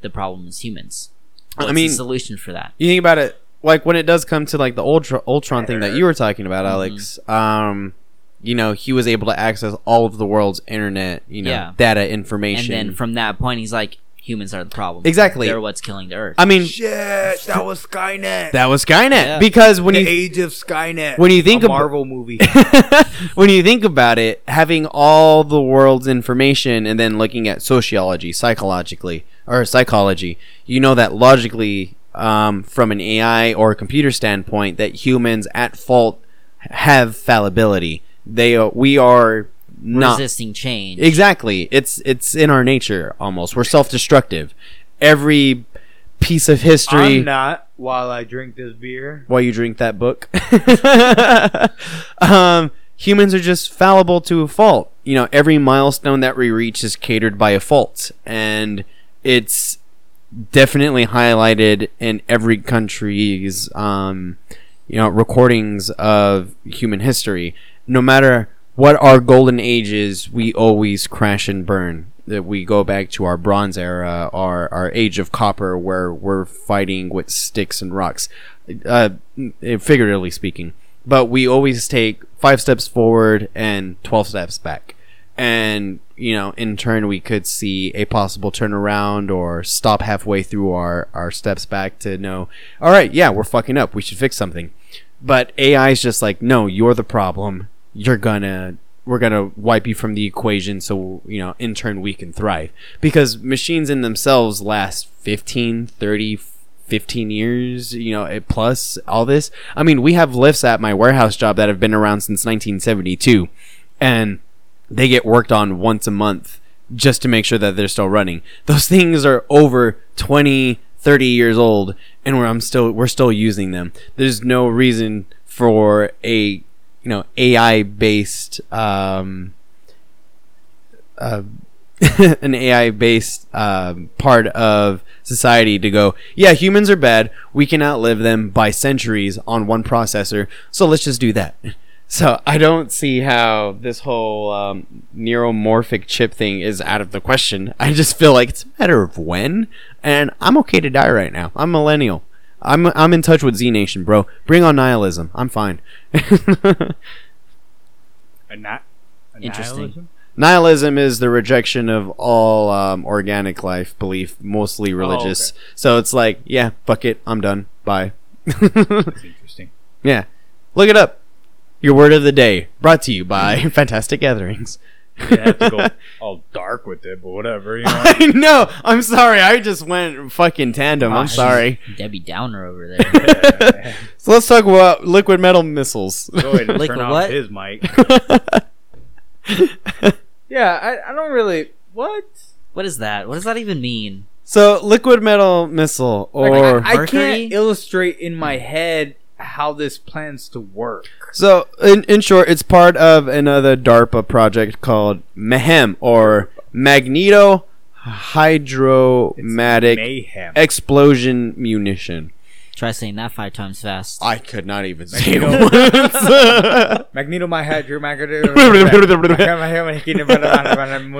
C: the problem is humans.
D: I
C: What's
D: mean-
C: the solution for that?
D: You think about it, like when it does come to like the Ultra, Ultron thing that you were talking about, Alex. Um, you know, he was able to access all of the world's internet, you know,
C: Yeah.
D: data
C: And
D: information.
C: then from that point, he's like, humans are the problem.
D: Exactly.
C: They're what's killing the Earth.
D: I mean,
B: shit. That was Skynet.
D: that was Skynet
C: Yeah.
D: because when
B: the
D: you
B: age of Skynet.
D: when you think
B: a
D: ab-
B: Marvel movie.
D: when you think about it, having all the world's information and then looking at sociology, psychologically, or psychology, you know that logically, um, from an AI or a computer standpoint, that humans at fault have fallibility. They are, we are not
C: Resisting change.
D: exactly. It's it's in our nature almost. We're self-destructive. Every piece of history.
B: I'm not while I drink this beer.
D: while you drink that book. um, humans are just fallible to a fault. You know, every milestone that we reach is catered by a fault, and it's definitely highlighted in every country's um, you know recordings of human history. No matter what our golden age is, we always crash and burn. That we go back to our bronze era, our our age of copper, where we're fighting with sticks and rocks, uh, figuratively speaking. But we always take five steps forward and twelve steps back and you know in turn we could see a possible turnaround or stop halfway through our our steps back to know all right yeah we're fucking up we should fix something but ai is just like no you're the problem you're gonna we're gonna wipe you from the equation so you know in turn we can thrive because machines in themselves last 15 30 15 years you know eh, plus all this i mean we have lifts at my warehouse job that have been around since 1972 and they get worked on once a month just to make sure that they're still running. Those things are over 20, 30 years old and we're I'm still we're still using them. There's no reason for a you know AI based um uh, an AI based um, part of society to go, yeah, humans are bad. We can outlive them by centuries on one processor. So let's just do that. So I don't see how this whole um, neuromorphic chip thing is out of the question. I just feel like it's a matter of when, and I'm okay to die right now. I'm millennial. I'm I'm in touch with Z Nation, bro. Bring on nihilism. I'm fine.
B: A not
C: Interesting. nihilism?
D: Nihilism is the rejection of all um, organic life belief, mostly
B: Oh,
D: religious. So it's like, yeah, fuck it, I'm done. Bye.
B: That's interesting.
D: yeah, look it up. Your word of the day, brought to you by Fantastic Gatherings.
B: You have to go all dark with it, but whatever. You know?
D: I know. I'm sorry. I just went fucking tandem.
C: Wow,
B: Ah,
D: I'm
C: she's
D: sorry.
C: Debbie Downer over there.
D: So let's talk about liquid metal missiles.
B: go ahead and
C: Like
B: turn
C: what?
B: off his mic. yeah, I, I don't really. What?
C: what is that? What does that even mean?
D: so liquid metal missile, or
B: Like, I, I
C: Mercury?
B: can't illustrate in my head how this plans to work.
D: So, in, in short, it's part of another DARPA project called MEHM, or Magneto Hydromatic
B: Mayhem.
D: Explosion Munition.
C: Try saying that five times fast.
D: I could not even say it
B: Magneto my head, your magneto.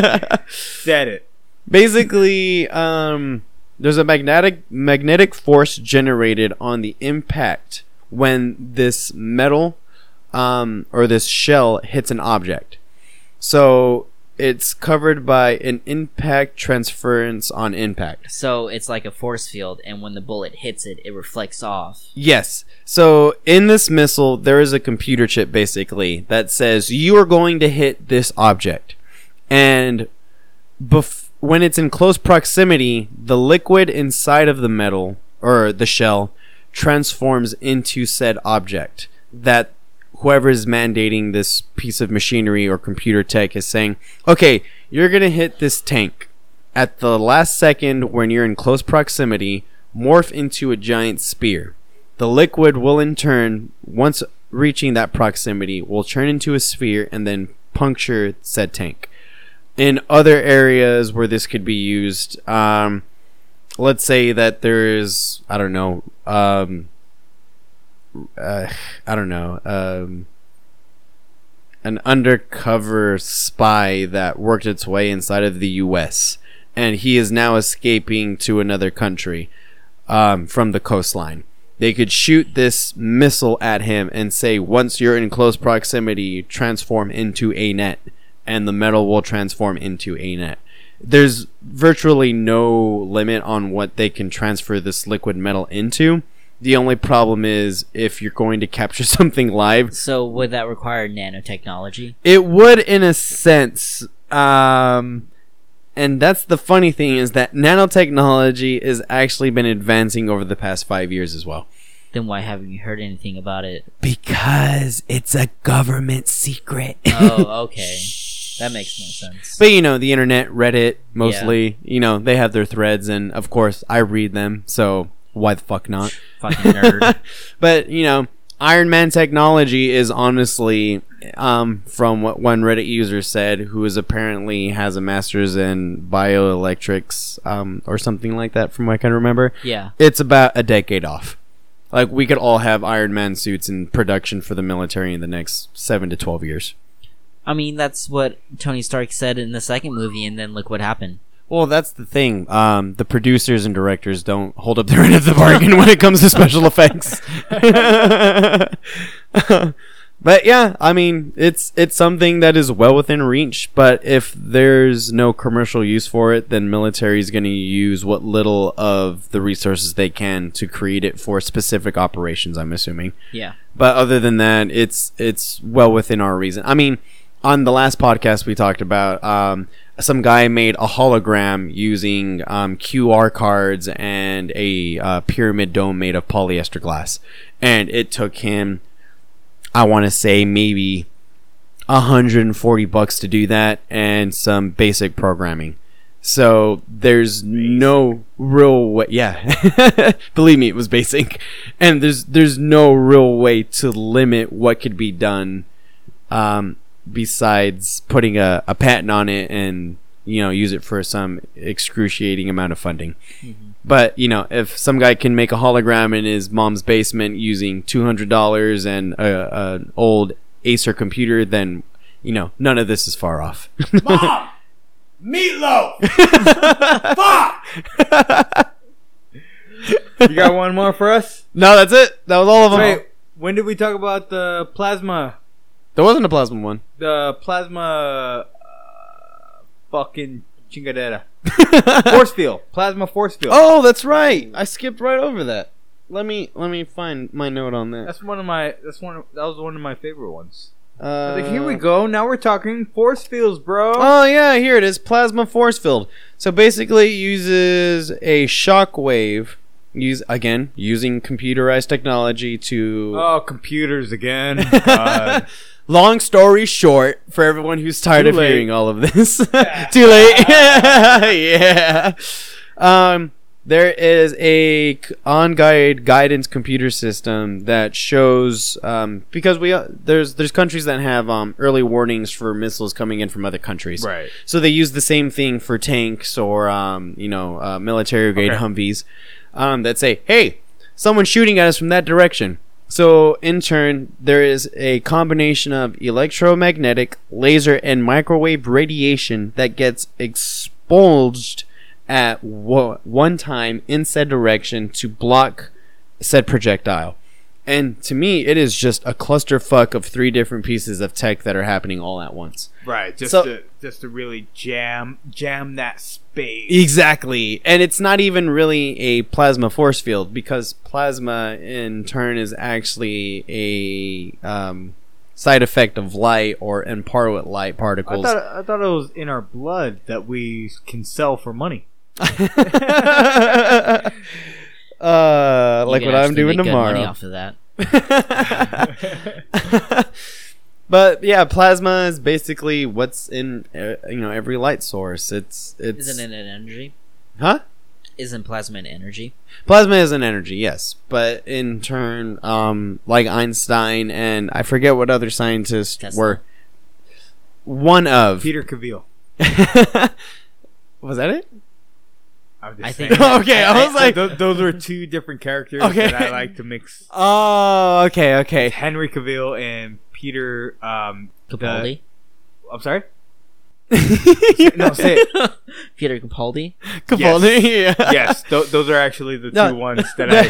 D: once.
B: Said it.
D: Basically, um, there's a magnetic magnetic force generated on the impact when this metal um, or this shell hits an object. So it's covered by an impact transference on impact.
C: So it's like a force field, and when the bullet hits it, it reflects off.
D: Yes. So in this missile, there is a computer chip basically that says you are going to hit this object, and bef- when it's in close proximity, the liquid inside of the metal or the shell transforms into said object. That whoever is mandating this piece of machinery or computer tech is saying, okay, you're gonna hit this tank at the last second when you're in close proximity. Morph into a giant spear. The liquid will, in turn, once reaching that proximity, will turn into a sphere and then puncture said tank. In other areas where this could be used, um, let's say that there is, I don't know, um, uh, I don't know, um, an undercover spy that worked its way inside of the U.S. and he is now escaping to another country um, from the coastline they could shoot this missile at him and say once you're in close proximity transform into a net and the metal will transform into a net there's virtually no limit on what they can transfer this liquid metal into the only problem is if you're going to capture something live
C: So would that require nanotechnology?
D: it would, in a sense. Um, and that's the funny thing is that nanotechnology has actually been advancing over the past five years as well.
C: Then why haven't you heard anything about it?
D: Because it's a government secret.
C: Oh, okay. that makes more sense.
D: but you know, the internet, Reddit, mostly, you know, they have their threads, and of course, I read them, so why the fuck not?
C: Fucking nerd.
D: but you know, Iron Man technology is honestly, um, from what one Reddit user said, who is apparently has a master's in bioelectrics, um, or something like that, from what I can remember.
C: Yeah.
D: It's about a decade off. Like we could all have Iron Man suits in production for the military in the next seven to twelve years.
C: I mean, that's what Tony Stark said in the second movie, and then look what happened.
D: Well, that's the thing. Um, the producers and directors don't hold up their end of the bargain when it comes to special effects. but yeah, I mean, it's it's something that is well within reach. But if there's no commercial use for it, then military is going to use what little of the resources they can to create it for specific operations. I'm assuming.
C: Yeah.
D: But other than that, it's it's well within our reason. I mean, on the last podcast we talked about, um, some guy made a hologram using um, QR cards and a uh, pyramid dome made of polyester glass, and it took him, I want to say maybe. 140 bucks to do that and some basic programming. So there's no real way. Yeah, believe me, it was basic, and there's there's no real way to limit what could be done um, besides putting a, a patent on it and you know use it for some excruciating amount of funding. But you know, if some guy can make a hologram in his mom's basement using two hundred dollars and a, an old Acer computer, then you know none of this is far off.
B: Mom, meatloaf. Fuck. you got one more for us?
D: no, that's it. That was all of them.
B: Wait, when did we talk about the plasma?
D: There wasn't a plasma one.
B: The plasma uh, fucking chingadera. force field. Plasma force field.
D: Oh, that's right. I skipped right over that. Let me let me find my note on that.
B: That's one of my. That's one. Of, that was one of my favorite ones.
D: Uh,
B: Like, here we go. Now we're talking force fields, bro.
D: Oh yeah, here it is. Plasma force field. So basically, it uses a shock wave. Use again using computerized technology to.
B: Oh, computers again. God.
D: Long story short, for everyone who's tired
B: Too
D: of
B: late.
D: hearing all of this, too late. yeah. Um, there is a c- on-guide guidance computer system that shows um, because we uh, there's there's countries that have um, early warnings for missiles coming in from other countries.
B: right.
D: So they use the same thing for tanks or um, you know uh, military grade
B: Okay.
D: Humvees um, that say, "Hey, someone's shooting at us from that direction." So in turn, there is a combination of electromagnetic, laser, and microwave radiation that gets expulsed at wo- one time in said direction to block said projectile. And to me, it is just a clusterfuck of three different pieces of tech that are happening all at once.
B: Right. Just
D: So-
B: to just to really jam jam that space.
D: E- Exactly. And it's not even really a plasma force field because plasma in turn is actually a um, side effect of light or in par with light
B: I
D: particles.
B: thought I thought it was in our blood that we can sell for money.
D: uh, like
C: You
D: what
C: can
D: I'm
C: actually
D: doing
C: make good money
D: tomorrow.
C: off of that.
D: but yeah, plasma is basically what's in uh, you know every light source. It's it's
C: Isn't it an energy?
D: huh?
C: Isn't plasma an energy?
D: Plasma is an energy, yes, but in turn, um, like Einstein and I forget what other scientists
C: Tesla.
D: were. One of
B: Peter Cavill.
D: was that it?
B: I'm just
C: I
B: saying.
C: think-
D: okay, I was like,
B: those, those are two different characters
D: Okay.
B: that I like to mix.
D: oh, okay, okay.
B: Henry Cavill and Peter. Um, the-
C: Capaldi?
B: I'm sorry. No, say it.
C: Peter Capaldi?
D: Capaldi, yeah.
B: yes, th- those are actually the two
D: No.
B: ones that I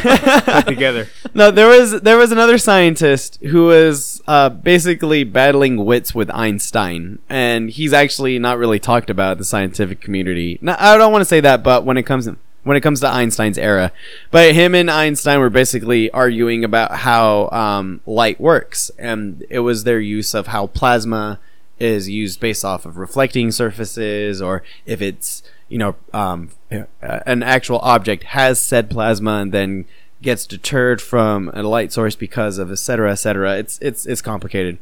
B: put together.
D: no, there was there was another scientist who was uh, basically battling wits with Einstein, and he's actually not really talked about in the scientific community. Now, I don't want to say that, but when it comes when it comes to Einstein's era, but him and Einstein were basically arguing about how um, light works, and it was their use of how plasma is used based off of reflecting surfaces or if it's you know um, uh, an actual object has said plasma and then gets deterred from a light source because of et cetera, et cetera. It's it's it's complicated.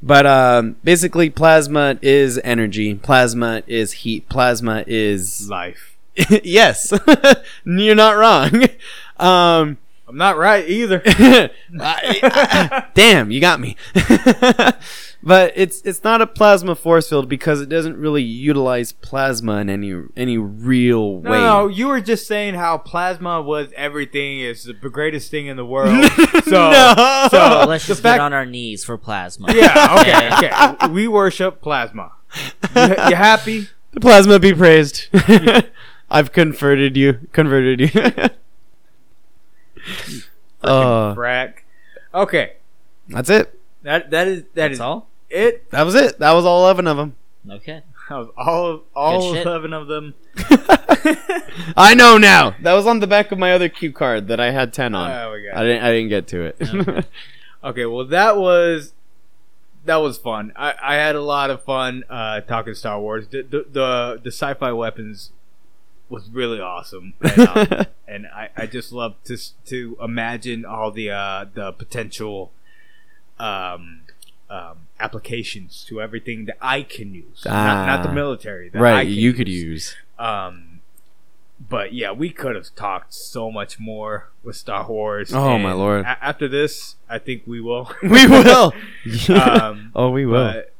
D: But um, basically, plasma is energy. Plasma is heat. Plasma is
B: Life.
D: yes. You're not wrong. Um,
B: I'm not right either.
D: I- I- damn, you got me. but it's it's not a plasma force field because it doesn't really utilize plasma in any any real way.
B: No, no, you were just saying how plasma was everything. It's the greatest thing in the world. So,
D: No.
B: so
C: Well, let's
B: the
C: just
B: fact,
C: get on our knees for plasma.
B: yeah, okay, okay. We worship plasma. You, you happy?
D: The plasma be praised. I've converted you. Converted you. uh,
B: Frack. Okay,
D: that's it.
B: that that is that
C: That's
B: is
C: all?
B: it.
D: That was it. That was all eleven of them.
C: Okay.
B: That was all of all
C: Good shit.
B: eleven of them.
D: I know now. That was on the back of my other cue card that I had ten on.
B: Oh my
D: I
B: god.
D: didn't. I didn't get to it.
C: Okay.
B: Okay, well that was that was fun. I, I had a lot of fun uh, talking Star Wars. The the the, the sci-fi weapons was really awesome, and, um, and I, I just love to s- to imagine all the uh, the potential um, um, applications to everything that I can use, not, not the
D: Ah.
B: military. That I
D: right,
B: can
D: you could
B: use.
D: use.
B: Um, but yeah, we could have talked so much more with Star Wars.
D: Oh,
B: and
D: my lord.
B: a- after this, I think we will.
D: We will.
B: um,
D: oh, we will.
B: but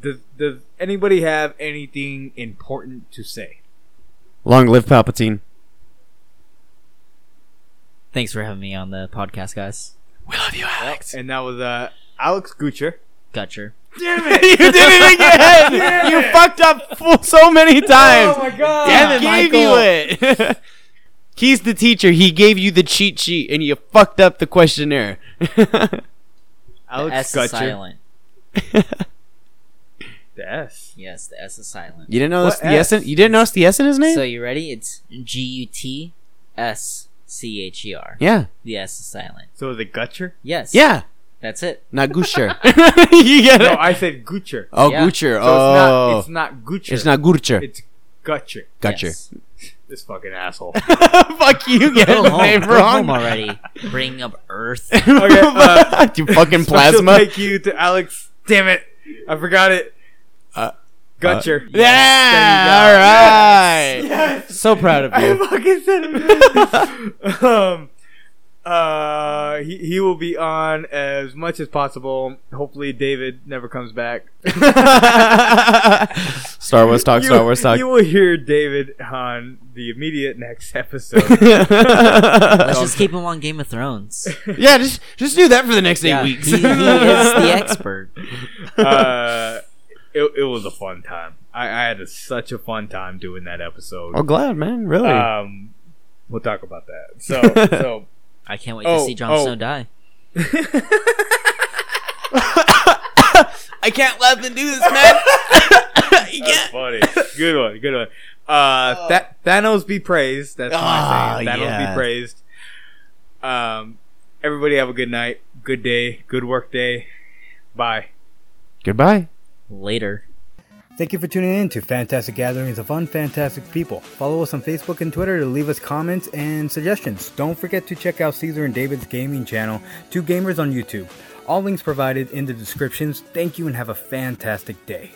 B: does, does anybody have anything important to say?
D: Long live Palpatine.
C: Thanks for having me on the podcast, guys.
D: We love you, Alex.
B: And that was uh, Alex Gucher.
C: Gutcher.
B: Damn
D: you did it again. you fucked up full so many times.
B: Oh my god!
D: Damn it,
C: He
D: gave
C: gave
D: you it. He's the teacher. He gave you the cheat sheet, and you fucked up the questionnaire.
C: The S
B: Alex
C: is
B: Gutcher.
C: silent.
B: The S.
C: Yes, the S is silent.
D: You didn't know
B: What
D: the S.
B: S?
D: In, you didn't notice the S in his name.
C: So you ready? It's G U T S C H E R.
D: yeah,
C: The S is silent.
B: So the Gutcher?
C: Yes.
D: yeah.
C: That's it.
D: Not Gucci. you get
B: No,
D: it.
B: I said Gucher.
D: oh,
C: Yeah.
D: Gucci.
B: So
D: oh,
B: it's not. It's not Gucher.
D: it's not, Gucci.
B: It's Gutcher.
D: Gotcha.
C: Yes.
B: This fucking asshole.
D: Fuck you, get
C: Go
D: the
C: home.
D: name
C: Go
D: wrong
C: home already. Bring up Earth.
B: Okay, uh,
D: you fucking
B: Special
D: plasma.
B: Thank you to Alex. Damn it, I forgot it.
D: Uh,
B: Gutcher.
D: Yeah, all right. So proud of
B: I
D: you.
B: fucking said it. um, uh, he, he will be on as much as possible. Hopefully, David never comes back.
D: Star Wars talk,
B: You-
D: Star Wars talk.
B: You will hear David on the immediate next episode.
D: yeah,
C: Let's just keep him on Game of Thrones.
D: just just do that for the next eight
C: Yeah,
D: weeks.
C: He, he is the expert.
B: uh, it, it was a fun time. I, I had a, such a fun time doing that episode.
D: I'm Oh, glad, man. Really.
B: Um, we'll talk about that. So, so
C: I can't wait
B: Oh,
C: to see Jon
B: oh.
C: Snow die.
D: I can't let them do this, man.
B: that's funny. Good one. Good one. Uh, Tha- Thanos be praised. That's
D: Ah,
B: my saying. Thanos
D: yeah.
B: be praised. Um, everybody have a good night, good day, good work day. Bye.
D: Goodbye.
C: Later.
A: Thank you for tuning in to Fantastic Gatherings of Unfantastic People. Follow us on Facebook and Twitter to leave us comments and suggestions. Don't forget to check out Caesar and David's gaming channel, Two Gamers on YouTube. All links provided in the descriptions. Thank you and have a fantastic day.